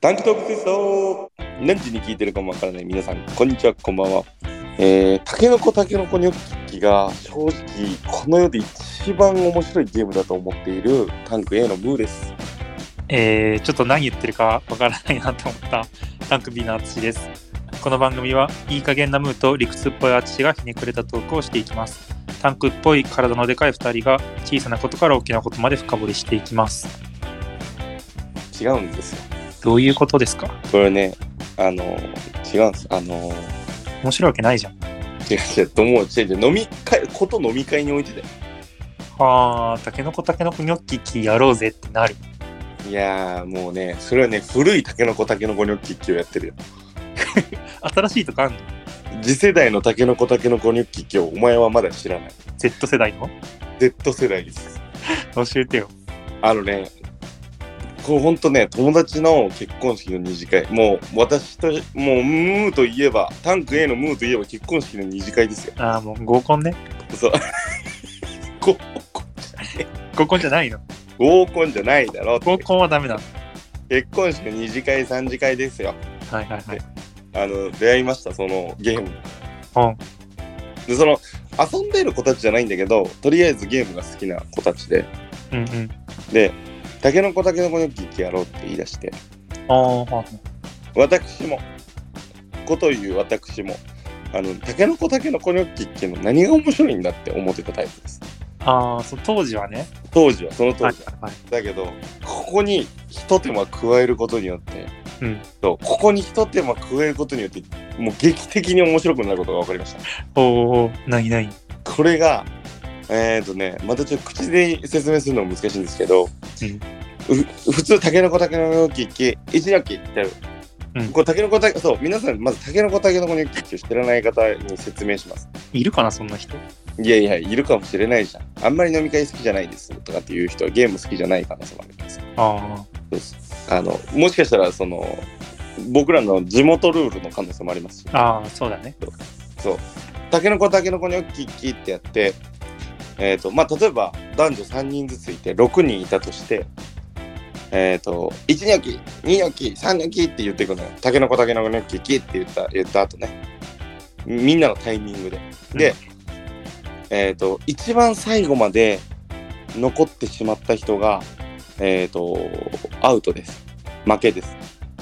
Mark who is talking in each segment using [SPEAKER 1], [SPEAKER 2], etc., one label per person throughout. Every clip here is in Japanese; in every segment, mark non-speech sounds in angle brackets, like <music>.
[SPEAKER 1] 短期トーククイズを何時に聞いてるかもわからない皆さん、こんにちは、こんばんは。えー、タケノコタケノコニョッキが正直この世で一番面白いゲームだと思っているタンク A のムーです。
[SPEAKER 2] えーちょっと何言ってるかわからないなと思ったタンク B のあつしです。この番組はいい加減なムーと理屈っぽいあつしがひねくれたトークをしていきます。タンクっぽい体のでかい2人が小さなことから大きなことまで深掘りしていきます。
[SPEAKER 1] 違うんですよ。
[SPEAKER 2] どういうことですか
[SPEAKER 1] これね、あの、違うんです。あの、
[SPEAKER 2] 面白いわけないじゃん。
[SPEAKER 1] 違う違う、と思う。違う違う、飲み会、こと飲み会においてだよ。
[SPEAKER 2] あー、タケノコタケノコニョッキッキやろうぜってなる。
[SPEAKER 1] いやー、もうね、それはね、古いタケノコタケノコニョッキッキをやってるよ。
[SPEAKER 2] 新しいとかあんの
[SPEAKER 1] 次世代のタケノコタケノコニョッキッキをお前はまだ知らない。
[SPEAKER 2] ?Z 世代の
[SPEAKER 1] Z 世代です。
[SPEAKER 2] 教えてよ。
[SPEAKER 1] あのね、こう本当ね、友達の結婚式の二次会、もう私と、もうムーといえば、タンク A のムーといえば結婚式の二次会ですよ。
[SPEAKER 2] あー、もう合コンね。
[SPEAKER 1] そう。合コン
[SPEAKER 2] 合コンじゃないの。
[SPEAKER 1] 合コンじゃないだろうって
[SPEAKER 2] 合コンはダメだ。
[SPEAKER 1] 結婚式の二次会、三次会ですよ。
[SPEAKER 2] はいはいはい。
[SPEAKER 1] あの、出会いました、そのゲーム。
[SPEAKER 2] うん。
[SPEAKER 1] で、その、遊んでる子たちじゃないんだけど、とりあえずゲームが好きな子たちで、
[SPEAKER 2] うんうん。
[SPEAKER 1] で、タケノコタケノコニョッキッキやろうって言い出して、
[SPEAKER 2] あー、はい
[SPEAKER 1] 私もこという私もあのタケノコタケノコニョッキっていうの何が面白いんだって思ってたタイプです
[SPEAKER 2] あーそう当時はね。
[SPEAKER 1] 当時はその当時は、
[SPEAKER 2] はいはい。
[SPEAKER 1] だけどここにひと手間加えることによって
[SPEAKER 2] うん。
[SPEAKER 1] そうここにひと手間加えることによってもう劇的に面白くなることが分かりました
[SPEAKER 2] おーおー、ないない。
[SPEAKER 1] これがえっ、ー、とねまたちょっと口で説明するのも難しいんですけど、う普通タケノコタケノコニョッキ一ニョッキってある、
[SPEAKER 2] うん
[SPEAKER 1] こうタケノコタケそう皆さんまずタケノコタケノコニョッキを知らない方に説明します
[SPEAKER 2] いるかな、そんな人。
[SPEAKER 1] いやいや、いるかもしれないじゃん。あんまり飲み会好きじゃないですとかっていう人はゲーム好きじゃない可能性もあります。
[SPEAKER 2] あ
[SPEAKER 1] あの、もしかしたら、その、僕らの地元ルールの可能性もありますし、
[SPEAKER 2] あ、ああ、そうだね。
[SPEAKER 1] そう。タケノコタケノコにョッキッキってやって、えっ、と、まあ、例えば男女3人ずついて6人いたとして、えっ、と、1ニョキ、2ニョキ、3ニョキって言っていくのよ。タケノコタケノコニョッキッキって言った、言った後ね。みんなのタイミングで。で、えっ、と、一番最後まで残ってしまった人が、えっ、と、アウトです。負けです。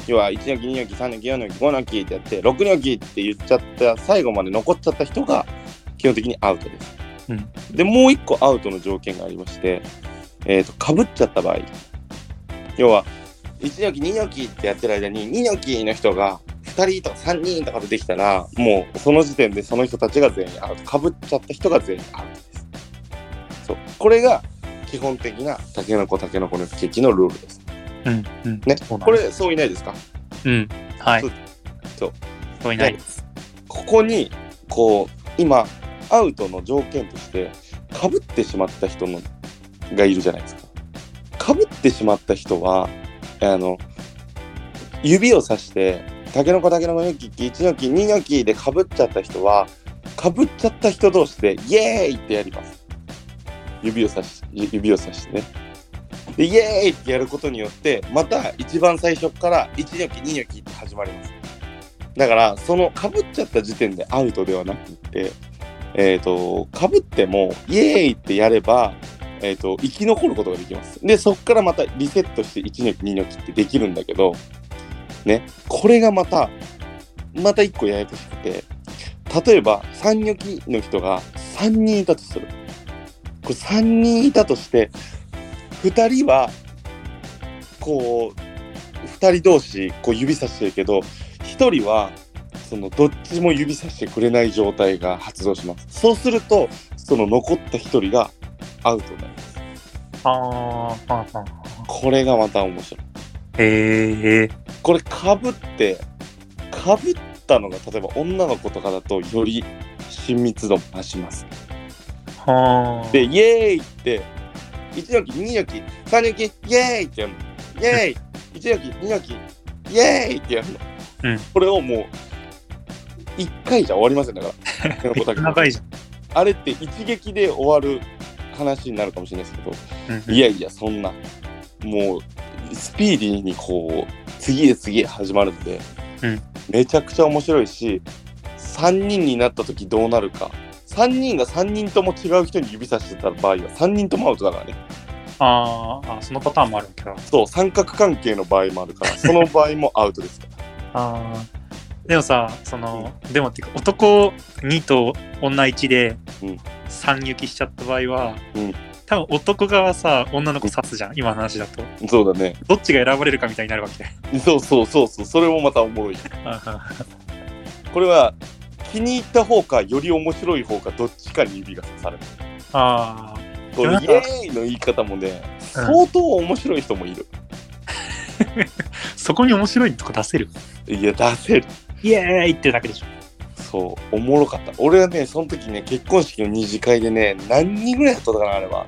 [SPEAKER 1] 要は1ニョキ、2ニョキ、3ニョキ、4ニョキ、5ニョキってやって、6ニョキって言っちゃった、最後まで残っちゃった人が、基本的にアウトです。
[SPEAKER 2] うん
[SPEAKER 1] で、もう一個アウトの条件がありまして、えっ、と、かぶっちゃった場合、要は、1ニョキ、2ニョキってやってる間に、2ニョキの人が、2人とか3人とか出てきたら、もうその時点でその人たちが全員アウト。かぶっちゃった人が全員アウトです。そう。これが基本的なタケノコタケノコの奇跡のルールです。
[SPEAKER 2] うん、うん。
[SPEAKER 1] ね
[SPEAKER 2] そうだ
[SPEAKER 1] こ、れ、そういないですか
[SPEAKER 2] うん。はい。
[SPEAKER 1] そうそう。
[SPEAKER 2] そういないです。
[SPEAKER 1] ここにこう今アウトの条件としてかぶってしまった人のがいるじゃないですか。かぶってしまった人はあの指をさしてタケノコタケノコニョキ1ニョキ2ニョキでかぶっちゃった人はかぶっちゃった人同士でイエーイってやります。指をさし指をさしてね。でイエーイってやることによってまた一番最初から1ニョキ2ニョキって始まります。だからそのかぶっちゃった時点でアウトではなくってえっ、とかぶってもイエーイってやれば、えー、と生き残ることができますでそこからまたリセットして1ニョキ2ニョキってできるんだけどねこれがまたまた1個ややこしくて例えば3ニョキの人が3人いたとするこれ3人いたとして2人はこう2人同士こう指さしてるけど一人はそのどっちも指さしてくれない状態が発動しますそうするとその残った一人がアウトになります
[SPEAKER 2] ああ、はあはあはあ。
[SPEAKER 1] これがまた面白い
[SPEAKER 2] へえ。
[SPEAKER 1] これかぶってかぶったのが例えば女の子とかだとより親密度も増します
[SPEAKER 2] はあ。
[SPEAKER 1] で、イエーイって、1ニョキ、2ニョキ、3ニョキ、イエーイって
[SPEAKER 2] <laughs>
[SPEAKER 1] やるの。イエーイ !1 ニョキ、2ニョキ、イエーイってやるの。
[SPEAKER 2] うん
[SPEAKER 1] これをもう、1回じゃ終わりませんだ
[SPEAKER 2] <laughs>
[SPEAKER 1] から。
[SPEAKER 2] めっちゃ長いじゃ
[SPEAKER 1] あれって一撃で終わる話になるかもしれないですけど、
[SPEAKER 2] ん。うん
[SPEAKER 1] いやいや、そんな、もう、スピーディーにこう、次へ次へ始まるので、
[SPEAKER 2] うん
[SPEAKER 1] めちゃくちゃ面白いし3人になった時どうなるか3人が3人とも違う人に指さしてた場合は3人ともアウトだからね
[SPEAKER 2] あーあ、そのパターンもあるんけど。
[SPEAKER 1] そう三角関係の場合もある
[SPEAKER 2] <laughs>
[SPEAKER 1] からその場合もアウトですから
[SPEAKER 2] あーでもさ、その、でもっていうか、男2と女1で
[SPEAKER 1] うん
[SPEAKER 2] 3行きしちゃった場合は、
[SPEAKER 1] うん
[SPEAKER 2] 多分男側さ、女の子刺すじゃん、今の話だと。
[SPEAKER 1] そうだね
[SPEAKER 2] どっちが選ばれるかみたいになるわ <laughs> け。
[SPEAKER 1] そうそうそうそうそれもまたおもろいこれは気に入った方かより面白い方かどっちかに指が刺される
[SPEAKER 2] ああ、
[SPEAKER 1] これイ
[SPEAKER 2] なんか
[SPEAKER 1] エーイの言い方もね相当面白い人もいる、
[SPEAKER 2] そこに面白いとこ出せる
[SPEAKER 1] いや出せる
[SPEAKER 2] イエーイってだけでしょ。
[SPEAKER 1] そうおもろかった俺はねその時ね結婚式の二次会でね何人ぐらいやっとったかなあれは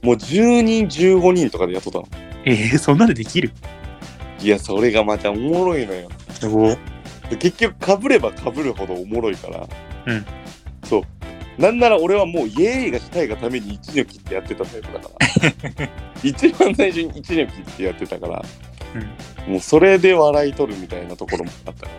[SPEAKER 1] もう10人15人とかでやっとったの
[SPEAKER 2] えー、そんなでできる
[SPEAKER 1] いやそれがまたおもろいのよ
[SPEAKER 2] お
[SPEAKER 1] で結局かぶればかぶるほどおもろいから
[SPEAKER 2] うん
[SPEAKER 1] そうなんなら俺はもうイエーイがしたいがために一ニョキってやってたタイプだから
[SPEAKER 2] <laughs>
[SPEAKER 1] 一番最初に一ニョキってやってたからもうそれで笑い取るみたいなところもあったから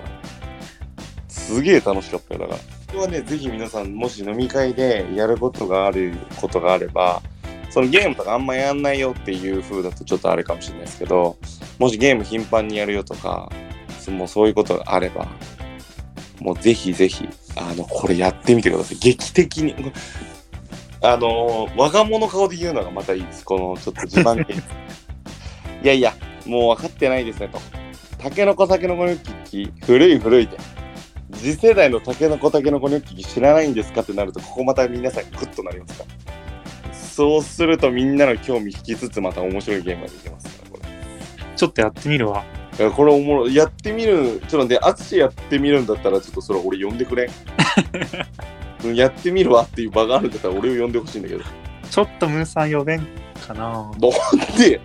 [SPEAKER 1] すげえ楽しかったよだからこれはねぜひ皆さんもし飲み会でやることがあることがあればそのゲームとかあんまやんないよっていう風だとちょっとあれかもしれないですけどもしゲーム頻繁にやるよとかそもうそういうことがあればもうぜひぜひあのこれやってみてください劇的にあの我が物顔で言うのがまたいいですこのちょっと自慢 <laughs> げいやいやもう分かってないですねと。タケノコタケノコニョッキッキ古い古いで。次世代のタケノコタケノコニョッキッキ知らないんですかってなるとここまた皆さんグッとなりますから。そうするとみんなの興味引きつつまた面白いゲームができますからこれ
[SPEAKER 2] ちょっとやってみるわ。。
[SPEAKER 1] だからこれおもろいやってみるちょっとね淳やってみるんだったらちょっとそれ俺呼んでくれ。うんやってみるわっていう場があるんだったら俺を呼んでほしいんだけど。
[SPEAKER 2] ちょっとムーさん呼べんかな
[SPEAKER 1] で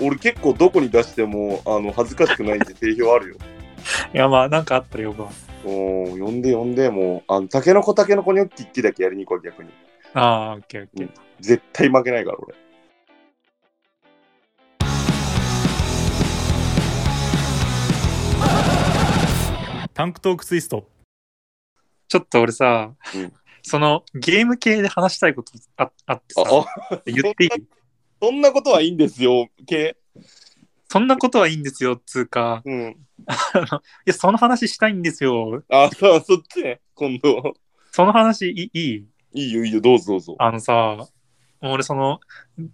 [SPEAKER 1] 俺結構どこに出してもあの恥ずかしくないんで定評あるよ。
[SPEAKER 2] いや、まあ、なんかあったら呼ぶわ。
[SPEAKER 1] おー呼んで呼んでもうあのタケノコタケノコニョッキッキだけやりに行こう逆に
[SPEAKER 2] ああ、オッケーオッケー。
[SPEAKER 1] 絶対負けないから俺
[SPEAKER 2] タンクトークツイスト。ちょっと俺さ、
[SPEAKER 1] うん
[SPEAKER 2] そのゲーム系で話したいことああってさ、
[SPEAKER 1] あ
[SPEAKER 2] 言っていい
[SPEAKER 1] そんなことはいいんですよ系
[SPEAKER 2] そんなことはいいんですよ、つうか。
[SPEAKER 1] うん
[SPEAKER 2] あのいや、その話したいんですよ。
[SPEAKER 1] あそうそっちね今度
[SPEAKER 2] その話いいい
[SPEAKER 1] いいよいいよどうぞどうぞ
[SPEAKER 2] あのさ、俺その、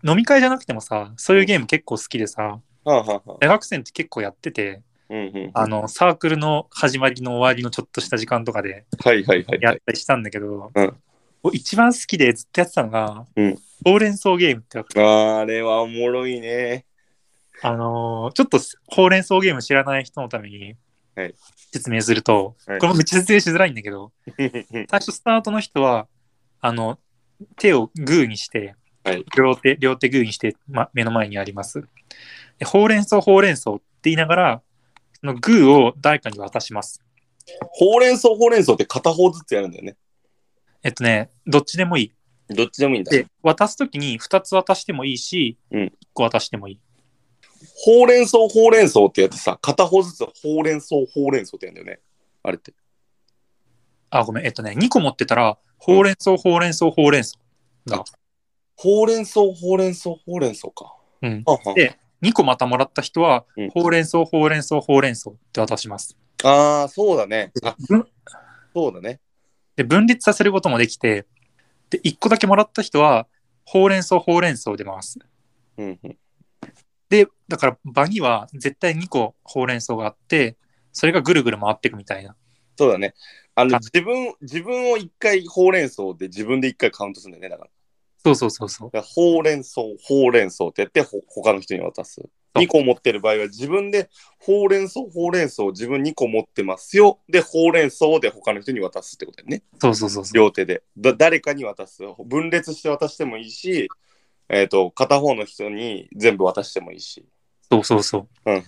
[SPEAKER 2] 飲み会じゃなくてもさ、そういうゲーム結構好きでさ、
[SPEAKER 1] はあ、はあはあ、
[SPEAKER 2] 大学生って結構やってて、
[SPEAKER 1] うんうん
[SPEAKER 2] あの、サークルの始まりの終わりのちょっとした時間とかで
[SPEAKER 1] はいはいはい
[SPEAKER 2] や
[SPEAKER 1] は
[SPEAKER 2] っ
[SPEAKER 1] い
[SPEAKER 2] たりしたんだけど、
[SPEAKER 1] うん
[SPEAKER 2] お一番好きでずっとやってたのが、
[SPEAKER 1] うん
[SPEAKER 2] ほうれん草ゲームってわかる
[SPEAKER 1] あれはおもろいね <laughs>
[SPEAKER 2] あのーちょっとほうれん草ゲーム知らない人のために
[SPEAKER 1] はい
[SPEAKER 2] 説明すると、
[SPEAKER 1] はい
[SPEAKER 2] これもめっちゃ説明しづらいんだけど、最初スタートの人は、あの、手をグーにして、
[SPEAKER 1] はい
[SPEAKER 2] 両手、両手グーにして、ま、目の前にあります。でほうれん草、ほうれん草って言いながら、そのグーを誰かに渡します。
[SPEAKER 1] ほうれん草ほうれん草って片方ずつやるんだよね
[SPEAKER 2] えっとね、どっちでもいい。
[SPEAKER 1] どっちでもいいんだ
[SPEAKER 2] で、渡すときに2つ渡してもいいし、
[SPEAKER 1] うん
[SPEAKER 2] 1個渡してもいい。
[SPEAKER 1] ほうれん草ほうれん草ってやってさ片方ずつほうれん草ほうれん草ってやるんだよねあれって
[SPEAKER 2] あ、ごめん、えっとね、2個持ってたら、ほうれん草、ほうれん草、ほうれん草。
[SPEAKER 1] ほうれん草ほうれん草ほうれん草か
[SPEAKER 2] うん。
[SPEAKER 1] はあはあ
[SPEAKER 2] で2個またもらった人は、
[SPEAKER 1] うん
[SPEAKER 2] ほうれん草、ほうれん草、ほうれん草って渡します。
[SPEAKER 1] ああ、そうだね。あ
[SPEAKER 2] うん
[SPEAKER 1] そうだね。
[SPEAKER 2] で、分裂させることもできて、で、1個だけもらった人は、ほうれん草、ほうれん草で回す。
[SPEAKER 1] うんうん。
[SPEAKER 2] で、だから場には絶対2個ほうれん草があって、それがぐるぐる回っていくみたいな。
[SPEAKER 1] そうだね。あの、
[SPEAKER 2] あ
[SPEAKER 1] 自分、自分を一回ほうれん草で自分で一回カウントするんだよね。だから、
[SPEAKER 2] そうそうそうそう。
[SPEAKER 1] だからほうれん草、ほうれん草ってやって、ほ他の人に渡す。
[SPEAKER 2] う
[SPEAKER 1] 2個持ってる場合は自分でほうれん草、ほうれん草、自分2個持ってますよ。で、ほうれん草で他の人に渡すってことだよね。
[SPEAKER 2] そうそうそうそう。
[SPEAKER 1] 両手で。だ誰かに渡す。分裂して渡してもいいし、えっ、と、片方の人に全部渡してもいいし。
[SPEAKER 2] そうそうそう。
[SPEAKER 1] うんうん。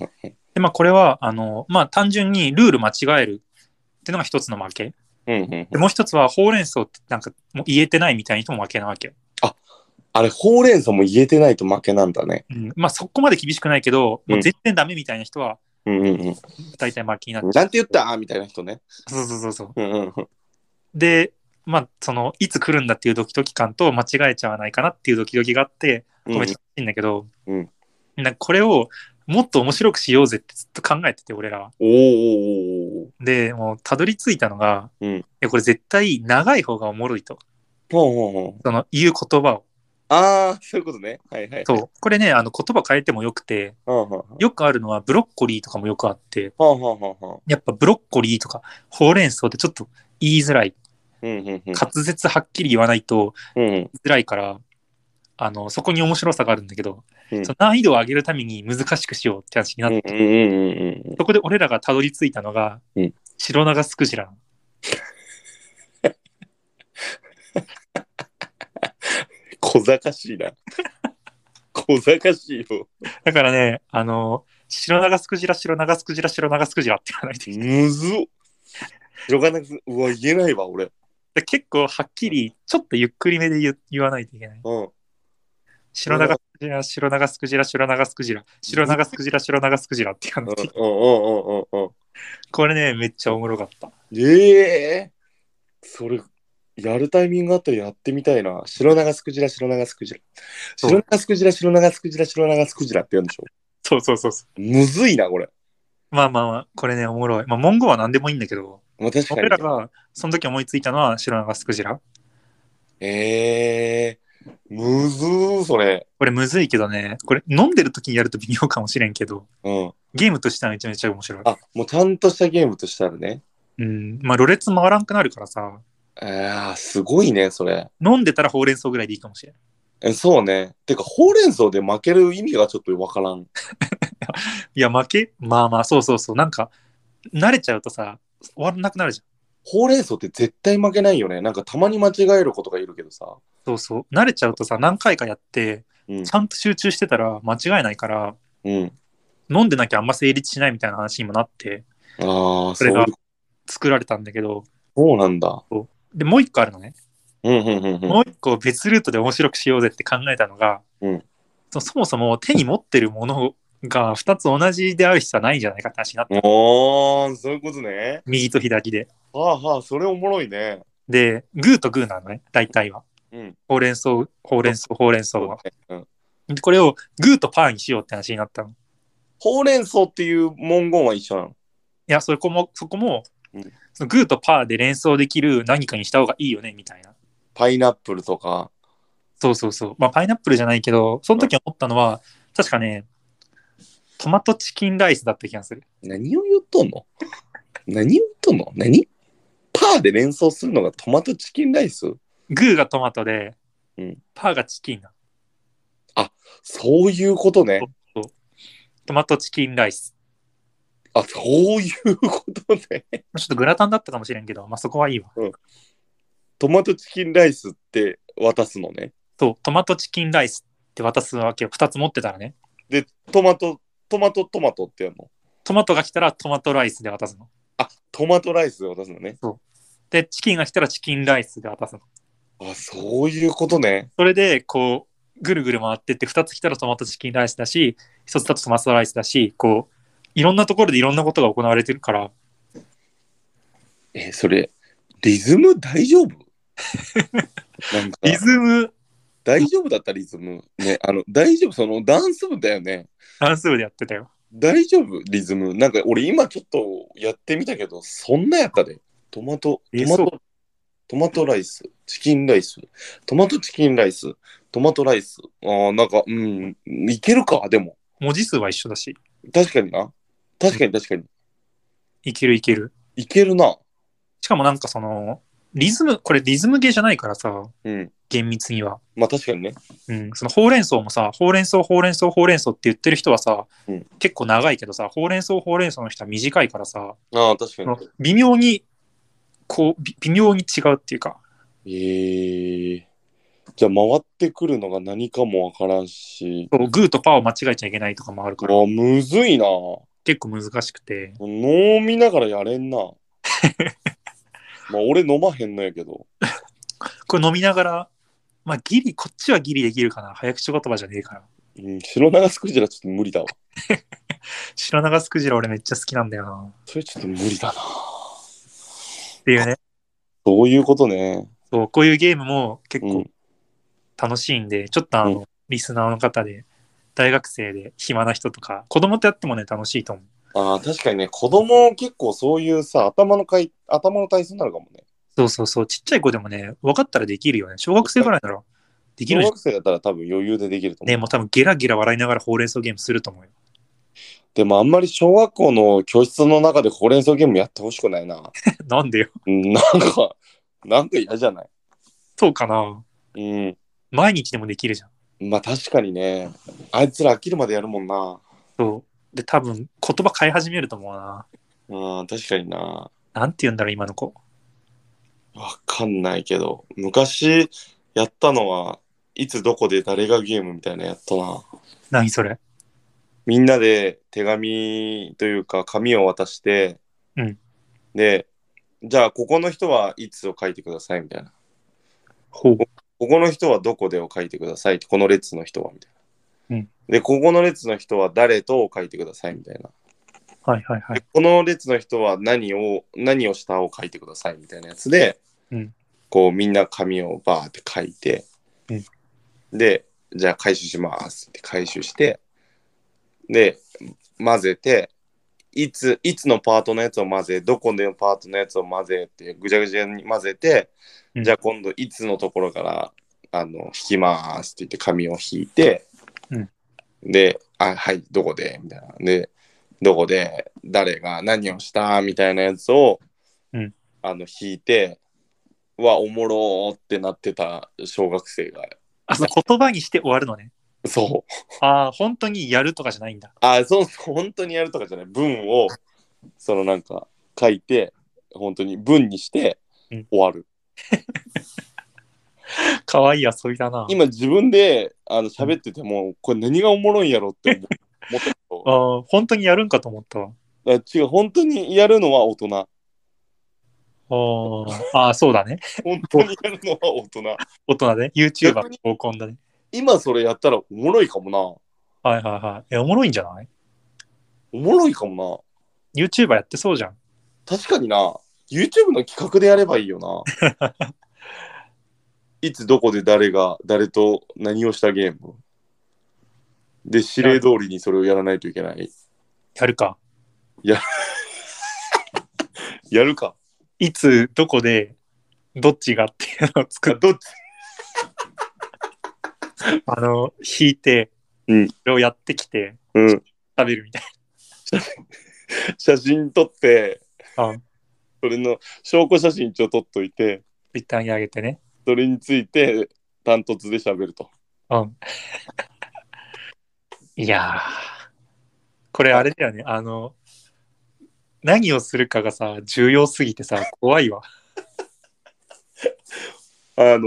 [SPEAKER 2] で、まあこれは、あの、まあ単純にルール間違えるっていうのが一つの負け。
[SPEAKER 1] うんうん
[SPEAKER 2] で、もう一つはほうれん草ってなんかもう言えてないみたいな人も負けなわけよ。
[SPEAKER 1] あれ、ほうれん草も言えてないと負けなんだね。
[SPEAKER 2] うん、まあそこまで厳しくないけど、もう全然ダメみたいな人は
[SPEAKER 1] うんうんうん。
[SPEAKER 2] 大体まあ気になっ
[SPEAKER 1] なんて言ったみたいな人ね。
[SPEAKER 2] そうそうそうそう。
[SPEAKER 1] うんうんうん。
[SPEAKER 2] で、まあ、その、いつ来るんだっていうドキドキ感と間違えちゃわないかなっていうドキドキがあって、
[SPEAKER 1] う
[SPEAKER 2] ご
[SPEAKER 1] ん
[SPEAKER 2] めんちょっといいんだけど、
[SPEAKER 1] うん
[SPEAKER 2] なんかこれをもっと面白くしようぜってずっと考えてて、俺らは。
[SPEAKER 1] おーおーおーおー
[SPEAKER 2] で、もうたどり着いたのが、
[SPEAKER 1] うん
[SPEAKER 2] いやこれ絶対長い方がおもろいと。
[SPEAKER 1] ほうほうほう。
[SPEAKER 2] その、言う言葉を。
[SPEAKER 1] ああ、そういうことね。はいはい。
[SPEAKER 2] そう。これね、あの、言葉変えてもよくて、
[SPEAKER 1] ほうほうほう。
[SPEAKER 2] よくあるのはブロッコリーとかもよくあって、
[SPEAKER 1] ほうほうほうほ
[SPEAKER 2] やっぱブロッコリーとかほうれん草ってちょっと言いづらい。
[SPEAKER 1] う。うんうんうん。
[SPEAKER 2] 滑舌はっきり言わないと
[SPEAKER 1] うんうん。
[SPEAKER 2] 言いづらいから、あの、そこに面白さがあるんだけど、
[SPEAKER 1] うん
[SPEAKER 2] その難易度を上げるために難しくしようって話にな
[SPEAKER 1] う
[SPEAKER 2] っ
[SPEAKER 1] ん
[SPEAKER 2] て、
[SPEAKER 1] うんうんうんうん。
[SPEAKER 2] そこで俺らがたどり着いたのが、
[SPEAKER 1] うん
[SPEAKER 2] 白長スクジラ。
[SPEAKER 1] 小賢し <laughs> いな。小賢しいよ。
[SPEAKER 2] だからね、あの、白長スクジラ、白長スクジラ、白長スクジラって言わないといけない
[SPEAKER 1] むずっ。広がなくうわ、言えないわ、俺。
[SPEAKER 2] で結構はっきり、ちょっとゆっくりめで言う言わないといけない。
[SPEAKER 1] うん。
[SPEAKER 2] 白長スクジラ、白長スクジラ、白長スクジラ、白長スクジラ、白長スクジラって言わ
[SPEAKER 1] うん
[SPEAKER 2] な
[SPEAKER 1] う
[SPEAKER 2] い
[SPEAKER 1] ん
[SPEAKER 2] といけない。
[SPEAKER 1] うんうんうんうん。
[SPEAKER 2] これね、めっちゃおもろかった。
[SPEAKER 1] ええそれ、やるタイミングあったらやってみたいな。白長スクジラ、白長スクジラ。
[SPEAKER 2] そう
[SPEAKER 1] 白長スクジラ、白長スクジラ、白長スクジラって言うんでしょ。
[SPEAKER 2] そうそうそうそう。
[SPEAKER 1] むずいな、これ。
[SPEAKER 2] まあまあまあ、これね、おもろい。まあ、文言は何でもいいんだけど、
[SPEAKER 1] まあ、確か
[SPEAKER 2] 俺ら
[SPEAKER 1] に。
[SPEAKER 2] がその時思いついたのは白長スクジラ。
[SPEAKER 1] ええむずー、それ。
[SPEAKER 2] これむずいけどね、これ飲んでる時にやると微妙かもしれんけど、
[SPEAKER 1] うん。
[SPEAKER 2] ゲームとしてはめちゃめちゃ面白い。
[SPEAKER 1] あ、もうちゃんとしたゲームとしたらね。
[SPEAKER 2] うん、まあ、ろれつ回らんくなるからさ、
[SPEAKER 1] ああ、すごいね、それ。
[SPEAKER 2] 飲んでたらほうれん草ぐらいでいいかもしれん。
[SPEAKER 1] えそうね。てか、ほうれん草で負ける意味がちょっとわからん。
[SPEAKER 2] いや、負けまあまあ、そうそうそう。なんか、慣れちゃうとさ、終わらなくなるじゃん。
[SPEAKER 1] ほうれん草って絶対負けないよね。なんかたまに間違えることがいるけどさ。
[SPEAKER 2] そうそう。慣れちゃうとさ、何回かやって、
[SPEAKER 1] うん
[SPEAKER 2] ち。ゃんと集中してたら間違いないから、
[SPEAKER 1] うん。
[SPEAKER 2] 飲んでなきゃあんま成立しないみたいな話にもなって
[SPEAKER 1] ああ、
[SPEAKER 2] そ
[SPEAKER 1] そう
[SPEAKER 2] れ
[SPEAKER 1] いう
[SPEAKER 2] が作られたんだけど
[SPEAKER 1] そうなんだ。
[SPEAKER 2] でもう一個あるのね、
[SPEAKER 1] うんうんうんうん。
[SPEAKER 2] もう一個別ルートで面白くしようぜって考えたのが、
[SPEAKER 1] うん
[SPEAKER 2] そそもそも手に持ってるものが2つ同じである必要はないんじゃないかって話になって
[SPEAKER 1] おー、そういうことね。
[SPEAKER 2] 右と左で
[SPEAKER 1] はあはあ、それおもろいね。
[SPEAKER 2] でグーとグーなのね大体は
[SPEAKER 1] うん。
[SPEAKER 2] ほうれん草ほうれん草ほうれん草
[SPEAKER 1] そう
[SPEAKER 2] は
[SPEAKER 1] だねうん
[SPEAKER 2] でこれをグーとパーにしようって話になったのい
[SPEAKER 1] ほうれん草っていう文言は一緒なの。
[SPEAKER 2] やそこもそこも、
[SPEAKER 1] うん
[SPEAKER 2] そのグーとパーで連想できる何かにした方がいいよねみたいな
[SPEAKER 1] パイナップルとか。
[SPEAKER 2] そうそうそう。まあ、パイナップルじゃないけど、その時思ったのは、確かね、トマトチキンライスだった気がする。
[SPEAKER 1] 何を言っとんの何を言っとんの何パーで連想するのがトマトチキンライス
[SPEAKER 2] グーがトマトで、
[SPEAKER 1] うん
[SPEAKER 2] パーがチキンな
[SPEAKER 1] そういうことね。
[SPEAKER 2] のそうトマトチキンライス。
[SPEAKER 1] あ、そういうことね。
[SPEAKER 2] ちょっとグラタンだったかもしれんけど、まあ、そこはいいわ。
[SPEAKER 1] トマトチキンライスって渡すのね。
[SPEAKER 2] そう、トマトチキンライスって渡すわけよ。2つ持ってたらね。
[SPEAKER 1] で、トマト、トマトトマトってやるの。
[SPEAKER 2] トマトが来たらトマトライスで渡すの。
[SPEAKER 1] あ、トマトライスで渡すのね。
[SPEAKER 2] で、チキンが来たらチキンライスで渡すの。
[SPEAKER 1] あ、そういうことね。
[SPEAKER 2] それで、こう、ぐるぐる回ってって、2つ来たらトマトチキンライスだし、1つだとトマトライスだし、こう、いろんなところでいろんなことが行われてるから、
[SPEAKER 1] え、それ、リズム大丈
[SPEAKER 2] <laughs>
[SPEAKER 1] 夫なんか、
[SPEAKER 2] リズム
[SPEAKER 1] 大丈夫だったリズム。ね、あの、大丈夫、そのダンス部だよね。
[SPEAKER 2] ダ数でやってたよ。
[SPEAKER 1] 大丈夫リズム。なんか、俺今ちょっとやってみたけど、そんなやったで。トマト、
[SPEAKER 2] え
[SPEAKER 1] トマ
[SPEAKER 2] そう
[SPEAKER 1] ト、トマトライス、チキンライス、トマトチキンライス、トマトライス。あーなんか、うん、いけるか、でも。
[SPEAKER 2] 文字数は一緒だし、
[SPEAKER 1] 確かにな。確かに確かに。
[SPEAKER 2] いけるいける。
[SPEAKER 1] いけるな。
[SPEAKER 2] しかもなんかその、リズム、これリズムゲーじゃないからさ、
[SPEAKER 1] うん。
[SPEAKER 2] 厳密には。
[SPEAKER 1] まあ確かにね。
[SPEAKER 2] うん、そのほうれん草もさ、ほうれん草、ほうれん草、ほうれん草って言ってる人はさ、
[SPEAKER 1] うん
[SPEAKER 2] 結構長いけどさ、ほうれん草、ほうれん草の人は短いからさ、
[SPEAKER 1] ああ、確か
[SPEAKER 2] その微妙に、こう、び微妙に違うっていうか、
[SPEAKER 1] に。ええじゃあ回ってくるのが何かもわからんし。
[SPEAKER 2] こうグーとパーを間違えちゃいけないとかもある
[SPEAKER 1] う
[SPEAKER 2] から、
[SPEAKER 1] わ、むずいな。
[SPEAKER 2] 結構難しくて、
[SPEAKER 1] 飲みながらやれ
[SPEAKER 2] <laughs>
[SPEAKER 1] んな。まあ俺飲まへんのやけど。
[SPEAKER 2] これ飲みながら、まあギリ、こっちはギリできるかな。早口言葉じゃねえから。
[SPEAKER 1] うん、白長スクジラちょっと無理だわ。
[SPEAKER 2] 白長スクジラ俺めっちゃ好きなんだよな。
[SPEAKER 1] それちょっと無理だな。
[SPEAKER 2] っていうね。
[SPEAKER 1] そういうことね。
[SPEAKER 2] そう、こういうゲームも結
[SPEAKER 1] う
[SPEAKER 2] 構
[SPEAKER 1] ん。
[SPEAKER 2] 楽しいんで、ちょっとあの、
[SPEAKER 1] う
[SPEAKER 2] リスナーの方で、大学生で暇な人とか、子供とやってもね、楽しいと思う。
[SPEAKER 1] ああ、確かにね、子供結構そういうさ、頭のかい、頭の体操になるかもね。
[SPEAKER 2] そうそうそう、ちっちゃい子でもね、分かったらできるよね。小学生ぐらいならでき
[SPEAKER 1] 小
[SPEAKER 2] るじゃん
[SPEAKER 1] 学生だったら多分余裕でできると思う。
[SPEAKER 2] ね、もう多分ゲラゲラ笑いながらほうれん草ゲームすると思うよ。
[SPEAKER 1] でもあんまり小学校の教室の中でほうれん草ゲームやってほしくないな。
[SPEAKER 2] なんでよ。
[SPEAKER 1] うんなんか、なんか嫌じゃない
[SPEAKER 2] そうかな。
[SPEAKER 1] うん。
[SPEAKER 2] 毎日でもできるじゃん。
[SPEAKER 1] まあ確かにね、あいつら飽きるまでやるもんな。
[SPEAKER 2] そう。で、多分言葉変え始めると思うな。
[SPEAKER 1] うん、確かにな。
[SPEAKER 2] なんて言うんだろう、今の子。
[SPEAKER 1] わかんないけど、昔やったのは、いつどこで誰がゲームみたいなのやったな。
[SPEAKER 2] 何それ。
[SPEAKER 1] みんなで手紙というか紙を渡して、
[SPEAKER 2] うん
[SPEAKER 1] で、じゃあここの人はいつを書いてくださいみたいな。
[SPEAKER 2] ほう。
[SPEAKER 1] ここの人はどこでを書いてくださいって、この列の人はみたいな。
[SPEAKER 2] うん
[SPEAKER 1] で、ここの列の人は誰とを書いてくださいみたいな。
[SPEAKER 2] はいはいはい
[SPEAKER 1] で。この列の人は何を、何をしたを書いてくださいみたいなやつで、
[SPEAKER 2] うん
[SPEAKER 1] こうみんな紙をバーって書いて、
[SPEAKER 2] うん
[SPEAKER 1] で、じゃあ回収しますって回収して、で、混ぜて、いつ、いつのパートのやつを混ぜ、どこのパートのやつを混ぜって、ぐちゃぐちゃに混ぜて、
[SPEAKER 2] うん
[SPEAKER 1] じゃあ今度いつのところから、あの、引きますって言って紙を引いて、
[SPEAKER 2] うん
[SPEAKER 1] で、あ、はい、どこでみたいな。で、どこで誰が何をしたみたいなやつを、
[SPEAKER 2] うん
[SPEAKER 1] あの弾いてうわおもろーってなってた小学生が
[SPEAKER 2] あ、そう、言葉にして終わるのね。
[SPEAKER 1] そう
[SPEAKER 2] ああ、本当にやるとかじゃないんだ。
[SPEAKER 1] あそう本当にやるとかじゃない文をそのなんか書いて本当に文にして
[SPEAKER 2] うん
[SPEAKER 1] 終わる、
[SPEAKER 2] 可愛い遊びだな。
[SPEAKER 1] 今自分であの喋っててもこれ何がおもろいんやろって
[SPEAKER 2] <laughs>
[SPEAKER 1] 思う思ったけど
[SPEAKER 2] ああ、本当にやるんかと思ったわ。
[SPEAKER 1] だから違う本当にやるのは大人
[SPEAKER 2] ああああ、そうだね。
[SPEAKER 1] 本当にやるのは大人
[SPEAKER 2] 大人で、ね、YouTuber の合コンだね。
[SPEAKER 1] 今それやったらおもろいかもな
[SPEAKER 2] はいはいはい。え、おもろいんじゃない
[SPEAKER 1] おもろいかもな
[SPEAKER 2] ?YouTuber やってそうじゃん。
[SPEAKER 1] 確かにな YouTube の企画でやればいいよな <laughs> いつどこで誰が誰と何をしたゲームで指令通りにそれをやらないといけない
[SPEAKER 2] やるか。
[SPEAKER 1] やるか
[SPEAKER 2] いつ、どこで、どっちがっていうのを作
[SPEAKER 1] あ
[SPEAKER 2] っ
[SPEAKER 1] どっち
[SPEAKER 2] <laughs> あの、引いて、
[SPEAKER 1] うん
[SPEAKER 2] それをやってきて、
[SPEAKER 1] うん
[SPEAKER 2] 食べるみたい
[SPEAKER 1] 写真撮って
[SPEAKER 2] な。うん。
[SPEAKER 1] それの証拠写真一応撮っといて
[SPEAKER 2] Twitter に上げてね。
[SPEAKER 1] それについて単突で喋ると
[SPEAKER 2] うん。いやー。これあれだよね。あの、何をするかがさ、重要すぎてさ、怖いわ。
[SPEAKER 1] あのー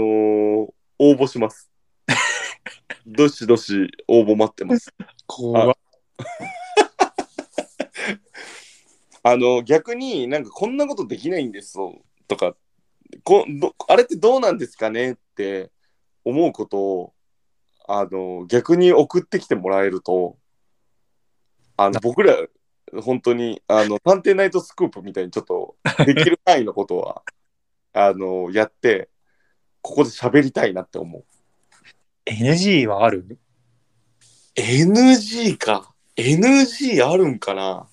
[SPEAKER 1] 応募します <laughs> どしどし応募待ってます
[SPEAKER 2] 怖
[SPEAKER 1] あの逆になんかこんなことできないんですよとかこどあれってどうなんですかねって思うことをあの逆に送ってきてもらえるとあの僕ら本当にあの探偵ナイトスクープみたいにちょっとできる範囲のことは <laughs> あのやってここで喋りたいなって思う
[SPEAKER 2] NG はある
[SPEAKER 1] NG か NG あるんかな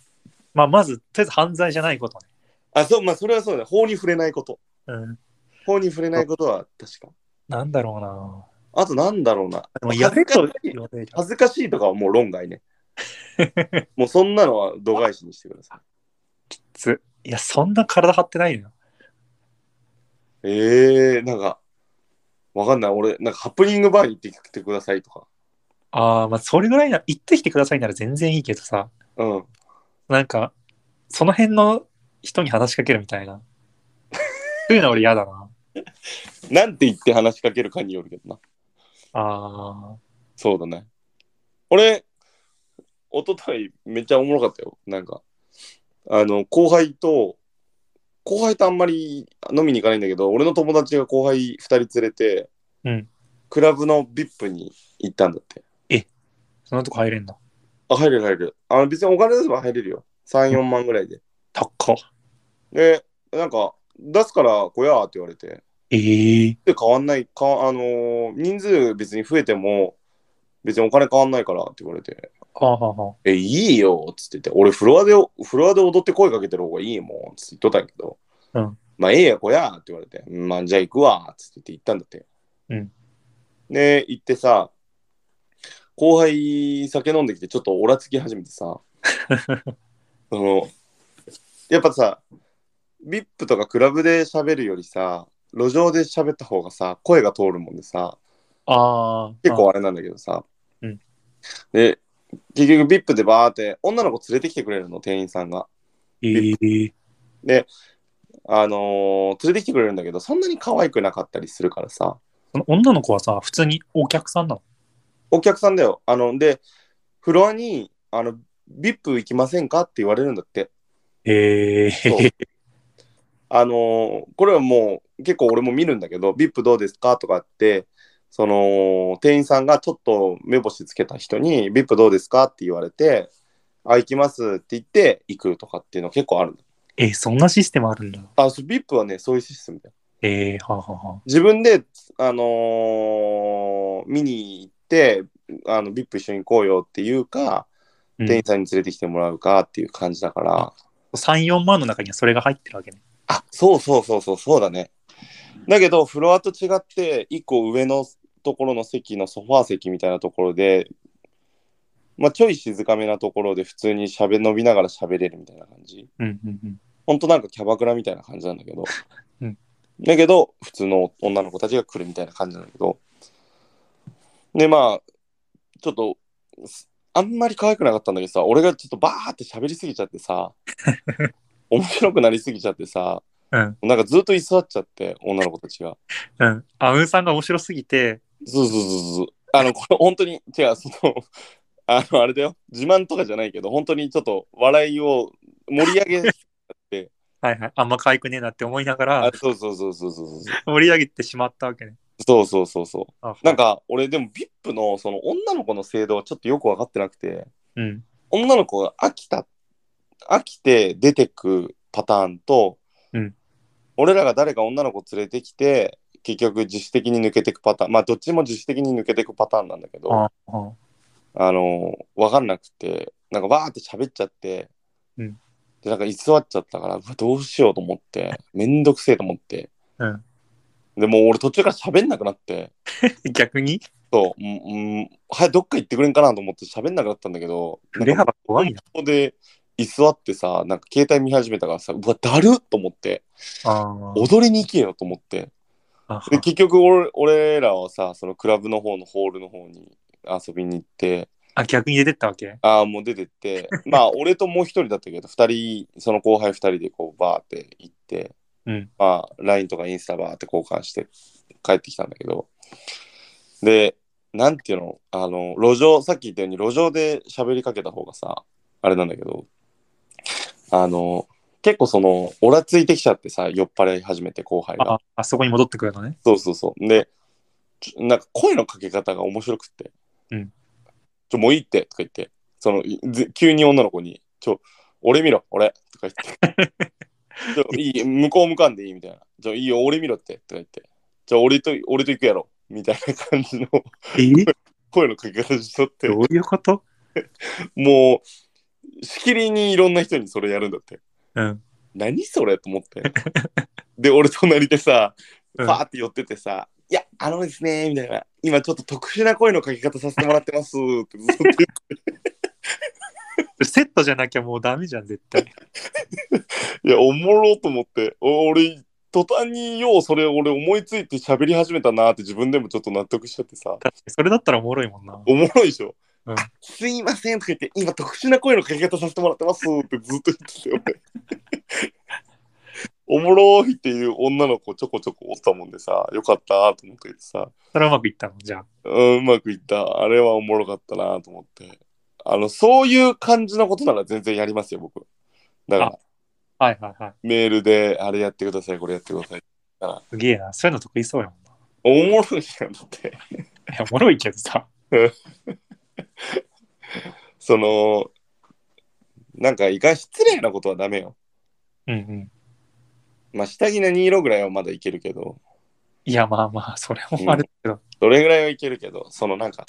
[SPEAKER 2] まあ、まず、とりあえず犯罪じゃないことね。
[SPEAKER 1] あそうまあそれはそうだね法に触れないこと
[SPEAKER 2] うん。
[SPEAKER 1] 法に触れないことは確か
[SPEAKER 2] なんだろうな。
[SPEAKER 1] あとなんだろうな。
[SPEAKER 2] でも、やる
[SPEAKER 1] 恥
[SPEAKER 2] と
[SPEAKER 1] ずかしい
[SPEAKER 2] 言われる
[SPEAKER 1] 恥ずかしいとかはもう論外
[SPEAKER 2] <laughs>
[SPEAKER 1] ね。もうそんなのは度外視にしてください。
[SPEAKER 2] ついや、そんな体張ってないのよ。
[SPEAKER 1] えー、なんか、わかんない。俺、なんかハプニングバーに行ってきてくださいとか。
[SPEAKER 2] ああ、まあ、それぐらいなら、行ってきてくださいなら全然いいけどさ、
[SPEAKER 1] うん。
[SPEAKER 2] なんか、その辺の人に話しかけるみた
[SPEAKER 1] <laughs>
[SPEAKER 2] いな。そういうのは俺嫌だな。
[SPEAKER 1] なんて言って話しかけるかによるけどな。
[SPEAKER 2] ああ、
[SPEAKER 1] そうだね。俺、一昨日めっちゃおもろかったよ。なんか、あの、後輩と、後輩とあんまり飲みに行かないんだけど、俺の友達が後輩2人連れて、
[SPEAKER 2] うん
[SPEAKER 1] クラブの VIP に行ったんだって。
[SPEAKER 2] そんなとこ入れんの。
[SPEAKER 1] あ、入れる入れる。あの別にお金出せば入れるよ。3、4万ぐらいで。
[SPEAKER 2] 高っ。
[SPEAKER 1] で、なんか、出すから来やーって言われて。
[SPEAKER 2] ええ
[SPEAKER 1] で、変わんない、かあのー人数別に増えても、別にお金変わんないからって言われて。
[SPEAKER 2] ー。はあはあはあ。
[SPEAKER 1] え、いいよっつってて、俺フロアで、フロアで踊って声かけてる方がいいもんっつって言っとったんやけど、
[SPEAKER 2] うん
[SPEAKER 1] まあええや、こやって言われて、うんまあじゃあ行くわっつって言って行ったんだって。
[SPEAKER 2] うん
[SPEAKER 1] で、行ってさ、後輩酒飲んできてちょっとオラつき始めて
[SPEAKER 2] <laughs>
[SPEAKER 1] さ、その、やっぱさ、VIP とかクラブで喋るよりさ、路上で喋った方がさ、声が通るもんでさ、
[SPEAKER 2] ああ。
[SPEAKER 1] 結構あれなんだけどさ。
[SPEAKER 2] うん
[SPEAKER 1] で、結局 VIP でバーって女の子連れてきてくれるの、店員さんが。
[SPEAKER 2] ええー。
[SPEAKER 1] で、あのー連れてきてくれるんだけど、そんなに可愛くなかったりするからさ、
[SPEAKER 2] その女の子はさ、普通にお客さんなの
[SPEAKER 1] お客さんだよ。あの、で、フロアに、あの、VIP 行きませんかって言われるんだって。
[SPEAKER 2] ええ
[SPEAKER 1] そう <laughs> あのーこれはもう結構俺も見るんだけど、VIP どうですかとかって、その店員さんがちょっと目星つけた人に、VIP どうですかって言われて、あ、行きますって言って行くとかっていうの結構あるの。
[SPEAKER 2] えーそんなシステムあるんだ。
[SPEAKER 1] あ、そう、VIP はね、そういうシステムだよ。
[SPEAKER 2] ええー、はあはあはあ。
[SPEAKER 1] 自分で、あのー見に行って、あの VIP 一緒に行こうよっていうか、
[SPEAKER 2] うん
[SPEAKER 1] 店員さんに連れてきてもらうかっていう感じだから、
[SPEAKER 2] 3、4万の中にはそれが入ってるわけね。
[SPEAKER 1] あそうそうそうそうそうだね。だけどフロアと違って1個上のところの席のソファー席みたいなところで、まあ、ちょい静かめなところで普通にしゃべ伸びながら喋れるみたいな感じ。
[SPEAKER 2] うんうんうん。
[SPEAKER 1] ほんとなんかキャバクラみたいな感じなんだけど。
[SPEAKER 2] うん
[SPEAKER 1] だけど普通の女の子たちが来るみたいな感じなんだけど。でまあちょっとすあんまり可愛くなかったんだけどさ俺がちょっとバーって喋りすぎちゃって
[SPEAKER 2] <laughs>
[SPEAKER 1] さ面白くなりすぎちゃってさ
[SPEAKER 2] うん
[SPEAKER 1] なんかずっと居座っちゃって、女の子たちが。
[SPEAKER 2] うん。あうんさんが面白すぎて、
[SPEAKER 1] そうそうそうそう。あの、これ本当に、違う、その、あの、あれだよ、自慢とかじゃないけど、本当にちょっと笑いを盛り上げ、
[SPEAKER 2] <laughs> はいはい、あんま可愛くねえなって思いなが
[SPEAKER 1] あ
[SPEAKER 2] ら、
[SPEAKER 1] そうそうそうそうそうそう。
[SPEAKER 2] 盛り上げてしまったわけね。
[SPEAKER 1] そうそうそうそ
[SPEAKER 2] あ
[SPEAKER 1] う。なん、か、俺、でも、VIP の、その、女の子の制度はちょっとよく分かってなくて、
[SPEAKER 2] うん。
[SPEAKER 1] 女の子が飽きた、飽きて出てくパターンと、
[SPEAKER 2] うん
[SPEAKER 1] 俺らが誰か女の子連れてきて、結局自主的に抜けてくパターン、まあ、どっちも自主的に抜けてくパターンなんだけど、
[SPEAKER 2] ああ。
[SPEAKER 1] あの、わかんなくて、なんかわーって喋っちゃって、
[SPEAKER 2] うん
[SPEAKER 1] で、なんか居座っちゃったから、うわどうしようと思って、めんどくせえと思って、
[SPEAKER 2] うん
[SPEAKER 1] でもう俺途中から喋んなくなって、
[SPEAKER 2] 逆に
[SPEAKER 1] そう、うん、うん、はい、どっか行ってくれんかなと思って喋んなくなったんだけど、
[SPEAKER 2] 振れ
[SPEAKER 1] なんか
[SPEAKER 2] 幅怖いな。
[SPEAKER 1] ここで居座ってさ、なんか携帯見始めたからさ、うわ、だるっと思って、
[SPEAKER 2] あ
[SPEAKER 1] 踊りに行けよと思って、
[SPEAKER 2] あ。
[SPEAKER 1] で、結局俺俺らはさ、そのクラブの方のホールの方に遊びに行って、
[SPEAKER 2] あ、逆に出てったわけ
[SPEAKER 1] ああ、もう出て
[SPEAKER 2] <laughs>
[SPEAKER 1] って、まあ、俺ともう一人だったけど、二人、その後輩二人でこう、バーって行って、
[SPEAKER 2] うん
[SPEAKER 1] まあ、LINE とかインスタバーって交換して帰ってきたんだけど、で、なんていうの、あの、路上、さっき言ったように、路上で喋りかけた方がさ、あれなんだけど、あの、結構その、オラついてきちゃってさ、酔っ払い始めて後輩が。
[SPEAKER 2] あ、あそこに戻ってくるの
[SPEAKER 1] <laughs>
[SPEAKER 2] ね。
[SPEAKER 1] そうそうそう。で、ちょなんか声のかけ方が面白くって、
[SPEAKER 2] うん
[SPEAKER 1] ちょ、もういいってとか言って、そのいず急に女の子に、ちょ、俺見ろ、俺とか言
[SPEAKER 2] <laughs>
[SPEAKER 1] って、ちょ、いい、向こう向かんでいいみたいな、ちょ、いいよ、俺見ろってとか言って、ちょ、俺と、俺と行くやろみたいな感じの <laughs>
[SPEAKER 2] え
[SPEAKER 1] 声のかけ方しとって、
[SPEAKER 2] どういうこと
[SPEAKER 1] もう、しきりにいろんな人にそれやるんだって。
[SPEAKER 2] うん。
[SPEAKER 1] 何それと思っ
[SPEAKER 2] <laughs>
[SPEAKER 1] て。で、俺隣でさ、パ
[SPEAKER 2] うん
[SPEAKER 1] ーって寄っててさ、いや、あのですね、みたいな、今ちょっと特殊な声のかけ方させてもらってますってずっと言って、
[SPEAKER 2] <laughs> セットじゃなきゃもうダメじゃん、絶対。
[SPEAKER 1] いや、おもろと思って、お俺、途端にようそれ俺思いついて喋り始めたなって自分でもちょっと納得しちゃってさ、
[SPEAKER 2] 確かにそれだったらおもろいもんな。
[SPEAKER 1] おもろいでしょ。
[SPEAKER 2] うん
[SPEAKER 1] あすいませんとか言って、今特殊な声のかけ方させてもらってますってずっと言ってて、俺。 <laughs> おもろいっていう女の子ちょこちょこおったもんでさ、よかったと思ってさ、
[SPEAKER 2] それはうまくいったのじゃあ。
[SPEAKER 1] うん、うまくいった。あれはおもろかったなと思って。あの、そういう感じのことなら全然やりますよ、僕。だから、
[SPEAKER 2] はいはいはい。
[SPEAKER 1] メールで、あれやってください、これやってください。
[SPEAKER 2] すげえな。そういうの得意そうやもんな。
[SPEAKER 1] おもろいじゃん、だって。
[SPEAKER 2] いや、おもろいけどさ。
[SPEAKER 1] その、なんかいかん失礼なことはダメよ。
[SPEAKER 2] うんうん。
[SPEAKER 1] まあ、下着の2色ぐらいはまだいけるけど、
[SPEAKER 2] いや、まあまあ、それもあるけど。
[SPEAKER 1] どれぐらいはいけるけど、そのなんか、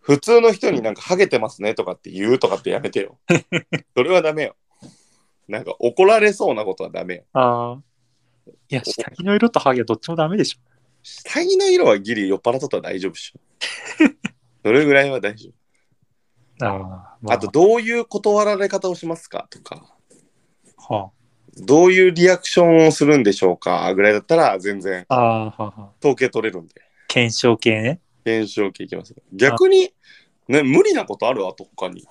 [SPEAKER 1] 普通の人になんか、ハゲてますねとかって言うとかってやめてよ。それはダメよ。なんか、怒られそうなことはダメよ。
[SPEAKER 2] ああ。いや、下着の色とハゲどっちもダメでしょ。
[SPEAKER 1] 下着の色はギリ酔っ払っとったら大丈夫っしょ。それぐらいは大丈夫。
[SPEAKER 2] ああ、ま
[SPEAKER 1] あと、どういう断られ方をしますかとか、
[SPEAKER 2] は
[SPEAKER 1] どういうリアクションをするんでしょうかぐらいだったら、全然
[SPEAKER 2] あ、ああ、はあはあ。
[SPEAKER 1] 統計取れるんで、
[SPEAKER 2] 検証系ね。
[SPEAKER 1] 検証系いきますよ。逆に、ね、無理なことあるあと他に。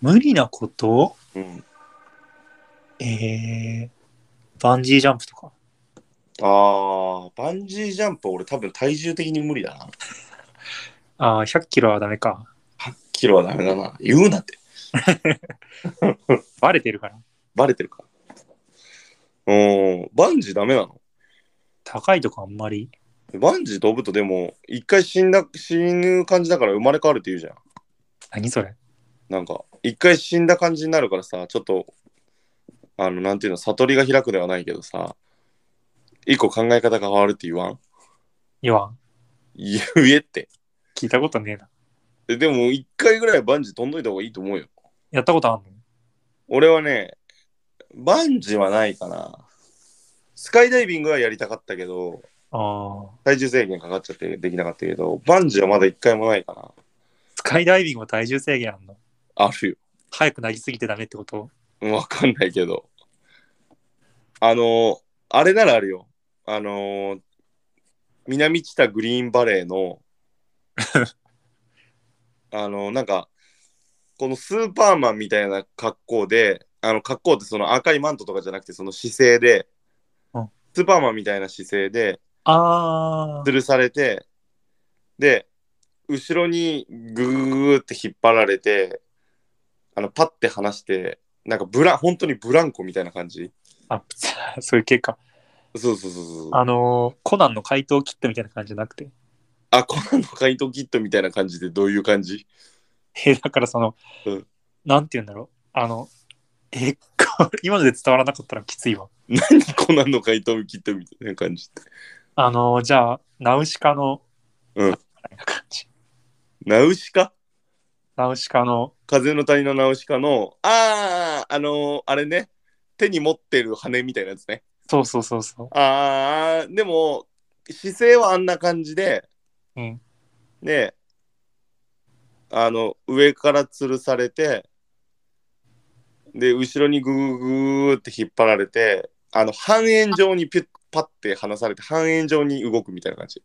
[SPEAKER 2] 無理なこと
[SPEAKER 1] うん。
[SPEAKER 2] ええバンジージャンプとか。
[SPEAKER 1] あー、バンジージャンプ俺多分体重的に無理だな。
[SPEAKER 2] ああ、100キロはダメか。
[SPEAKER 1] キロはダメだな。言うなって。
[SPEAKER 2] バレてるから。
[SPEAKER 1] バレてるか。うん、バンジーダメなの
[SPEAKER 2] 高いとこあんまり。
[SPEAKER 1] バンジー飛ぶとでも、一回死んだ、死ぬ感じだから生まれ変わるって言うじゃん。
[SPEAKER 2] 何それ
[SPEAKER 1] なんか、一回死んだ感じになるからさ、ちょっと、あの、なんていうの、悟りが開くではないけどさ、一個考え方が変わるって言わん <laughs>
[SPEAKER 2] 言わん。
[SPEAKER 1] 言えって。
[SPEAKER 2] 聞いたことねえな。
[SPEAKER 1] えでも、一回ぐらいバンジー飛んどいた方がいいと思うよ。
[SPEAKER 2] やったことあんの
[SPEAKER 1] 俺はね、バンジーはないかな。スカイダイビングはやりたかったけど、
[SPEAKER 2] ああ。
[SPEAKER 1] 体重制限かかっちゃってできなかったけど、バンジーはまだ一回もないかな。
[SPEAKER 2] スカイダイビングも体重制限あんの
[SPEAKER 1] あるよ。
[SPEAKER 2] 早くなりすぎてダメってこと
[SPEAKER 1] わかんないけど。あのーあれならあるよ。あのー南知多グリーンバレー
[SPEAKER 2] <laughs>
[SPEAKER 1] の、あのーなんか、このスーパーマンみたいな格好で、あの格好ってその赤いマントとかじゃなくて、その姿勢で、
[SPEAKER 2] うん
[SPEAKER 1] スーパーマンみたいな姿勢で、
[SPEAKER 2] あ
[SPEAKER 1] 吊るされて、で、後ろにグーグーグーって引っ張られて、あの、パッて離して、なんかブラ、本当にブランコみたいな感じ。
[SPEAKER 2] あ。あ、そういう結果。
[SPEAKER 1] そうそうそうそう。あ
[SPEAKER 2] あのーコナンの怪盗キットみたいな感じじゃなくて。
[SPEAKER 1] コナンの怪盗キットみたいな感じでどういう感じ <laughs>
[SPEAKER 2] えだからその、
[SPEAKER 1] うん
[SPEAKER 2] なんて言うんだろう。あの、え、 <laughs> これ今ので伝わらなかったらきついわ。
[SPEAKER 1] 何コナンの怪盗キットみたいな感じって。
[SPEAKER 2] あのーじゃあ、ナウシカの、
[SPEAKER 1] うん
[SPEAKER 2] あな感じ
[SPEAKER 1] ナウシカ
[SPEAKER 2] ナウシカの、
[SPEAKER 1] 風の谷のナウシカの、あー、あのーあれね。手に持ってる羽みたいなやつね。
[SPEAKER 2] そうそうそうそう。
[SPEAKER 1] あー、でも、姿勢はあんな感じで、
[SPEAKER 2] うん。
[SPEAKER 1] で、あの、上から吊るされて、で、後ろにグーグーって引っ張られて、あの、半円状にピュッ、パッて離されて、半円状に動くみたいな感じ。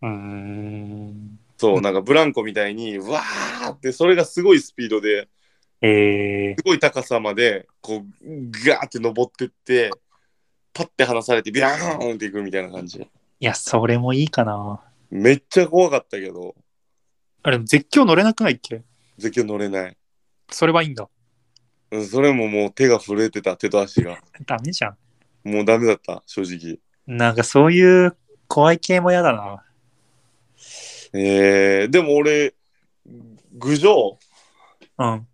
[SPEAKER 2] うーん。
[SPEAKER 1] そう、なんかブランコみたいに、わーって、それがすごいスピードで、
[SPEAKER 2] えー
[SPEAKER 1] すごい高さまで、こう、ガーって登ってって、パッて離されて、ビャーンっていくみたいな感じ。
[SPEAKER 2] いや、それもいいかな。
[SPEAKER 1] めっちゃ怖かったけど、
[SPEAKER 2] あれ、でも絶叫乗れなくないっけ
[SPEAKER 1] 絶叫乗れない。
[SPEAKER 2] それはいいんだ。
[SPEAKER 1] うん、それももう手が震えてた、手と足が。
[SPEAKER 2] ダメじゃん。
[SPEAKER 1] もうダメだった、正直。
[SPEAKER 2] なんかそういう怖い系も嫌だな。
[SPEAKER 1] えー、でも俺、郡上、
[SPEAKER 2] うん。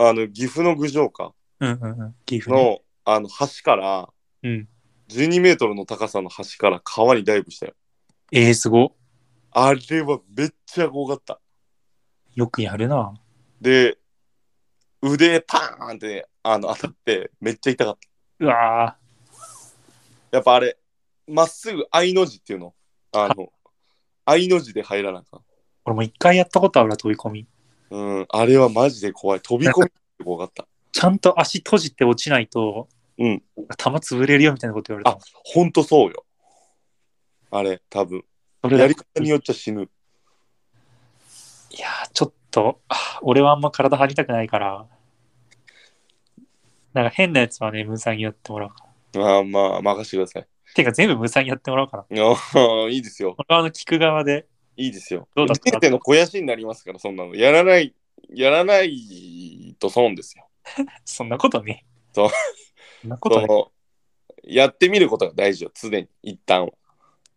[SPEAKER 1] あの、岐阜の郡上か、
[SPEAKER 2] うんうんうん。岐阜ね。
[SPEAKER 1] の、あの、橋から、
[SPEAKER 2] うん。
[SPEAKER 1] 12メートルの高さの橋から川にダイブしたよ。
[SPEAKER 2] えー、すご。
[SPEAKER 1] あれはめっちゃ怖かった。
[SPEAKER 2] よくやるな。
[SPEAKER 1] で、腕パーンって、あの、当たって、めっちゃ痛かっ
[SPEAKER 2] うわー
[SPEAKER 1] た。やっぱあれ、まっすぐ I の字っていうの。あの、I の字で入らなあかん。
[SPEAKER 2] 俺も一回やったことあるわ、飛び込み。
[SPEAKER 1] うん、あれはマジで怖い。飛び込みって怖かった。
[SPEAKER 2] ちゃんと足閉じて落ちないと、
[SPEAKER 1] うん。
[SPEAKER 2] 球潰れるよみたいなこと言われた。
[SPEAKER 1] あ、ほんとそうよ。あれ、多分。
[SPEAKER 2] それ
[SPEAKER 1] や
[SPEAKER 2] だ
[SPEAKER 1] り
[SPEAKER 2] け
[SPEAKER 1] 方によっちゃ死ぬ。
[SPEAKER 2] いやー、ちょっと、あ俺はあんま体張りたくないから、なんか変なやつはね、ムーさんにやってもらおうかな。
[SPEAKER 1] あーまあ、任せてください。
[SPEAKER 2] てか全部ムーさんにやってもらおうかな。
[SPEAKER 1] あーいいですよ。
[SPEAKER 2] 俺はあの、聞く側で、
[SPEAKER 1] いいですよ。
[SPEAKER 2] どうだった
[SPEAKER 1] 人生の肥やしになりますから、そんなの。やらない、やらないと損ですよ。
[SPEAKER 2] そんなことね。
[SPEAKER 1] そう。
[SPEAKER 2] そんなこと
[SPEAKER 1] そ
[SPEAKER 2] ね。
[SPEAKER 1] のやってみることが大事よ、常に、一旦は。
[SPEAKER 2] い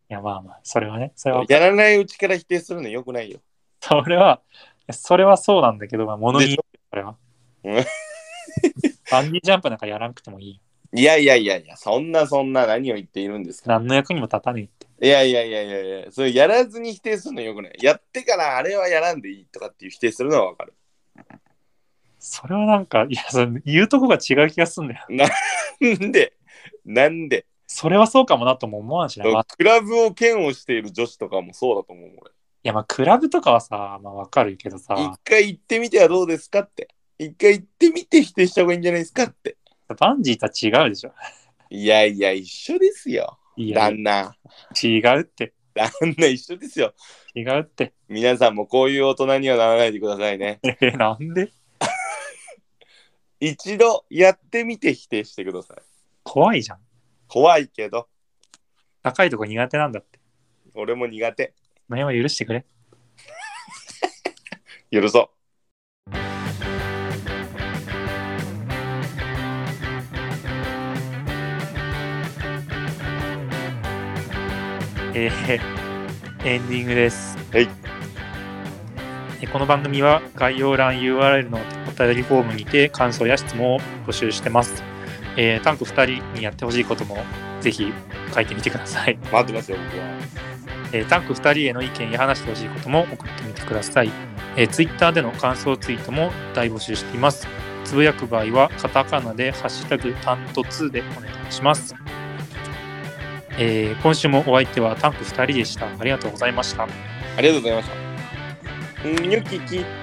[SPEAKER 2] や、まあまあ、それはね、それは、
[SPEAKER 1] やらないうちから否定するのよくないよ。
[SPEAKER 2] それは、それはそうなんだけど、まあ、物によるよそれは
[SPEAKER 1] うん。
[SPEAKER 2] バンジージャンプなんかやらなくてもいいよ。
[SPEAKER 1] いやいやいやいや、そんなそんな何を言っているんですか。
[SPEAKER 2] 何の役にも立たねえって。
[SPEAKER 1] いやいやいやいやいや、それやらずに否定するのよくない。やってからあれはやらんでいいとかっていう否定するのはわかる。 <laughs>
[SPEAKER 2] それはなんか、いや、その言うとこが違う気がすんだよ。
[SPEAKER 1] なんでなんで
[SPEAKER 2] それはそうかもなとも思わんしな。まあ、い
[SPEAKER 1] クラブを嫌悪している女子とかもそうだと思う俺。
[SPEAKER 2] や、まあ、クラブとかはさ、まあ、わかるけどさ、
[SPEAKER 1] 一回行ってみてはどうですかって。一回行ってみて否定した方がいいんじゃないですかって。
[SPEAKER 2] バンジーとは違うでしょ。
[SPEAKER 1] いやいや、一緒ですよ。
[SPEAKER 2] いや、違
[SPEAKER 1] 旦那。
[SPEAKER 2] うって、
[SPEAKER 1] 旦那一緒ですよ。
[SPEAKER 2] 違うって。
[SPEAKER 1] 皆さんもこういう大人にはならないでください
[SPEAKER 2] <laughs>
[SPEAKER 1] ね。
[SPEAKER 2] えーなんで
[SPEAKER 1] 一度やってみて否定してください。
[SPEAKER 2] 怖いじゃん。
[SPEAKER 1] 怖いけど、
[SPEAKER 2] 高いとこ苦手なんだって。
[SPEAKER 1] 俺も苦手。
[SPEAKER 2] その辺は許してくれ。
[SPEAKER 1] 許そう。
[SPEAKER 2] えー、 <laughs> エンディングです。
[SPEAKER 1] はい
[SPEAKER 2] えーこの番組は概要欄 URL のお便りフォームにて感想や質問を募集してます。えータンク2人にやってほしいこともぜひ書いてみてください。
[SPEAKER 1] 待ってますよ、僕は。
[SPEAKER 2] えータンク2人への意見や話してほしいことも送ってみてください。えー、Twitter での感想ツイートも大募集しています。つぶやく場合はカタカナで「ハッシュタグタント2」でお願いします。えー今週もお相手はタンク2人でした。ありがとうございました。
[SPEAKER 1] ありがとうございました。んニョキキ。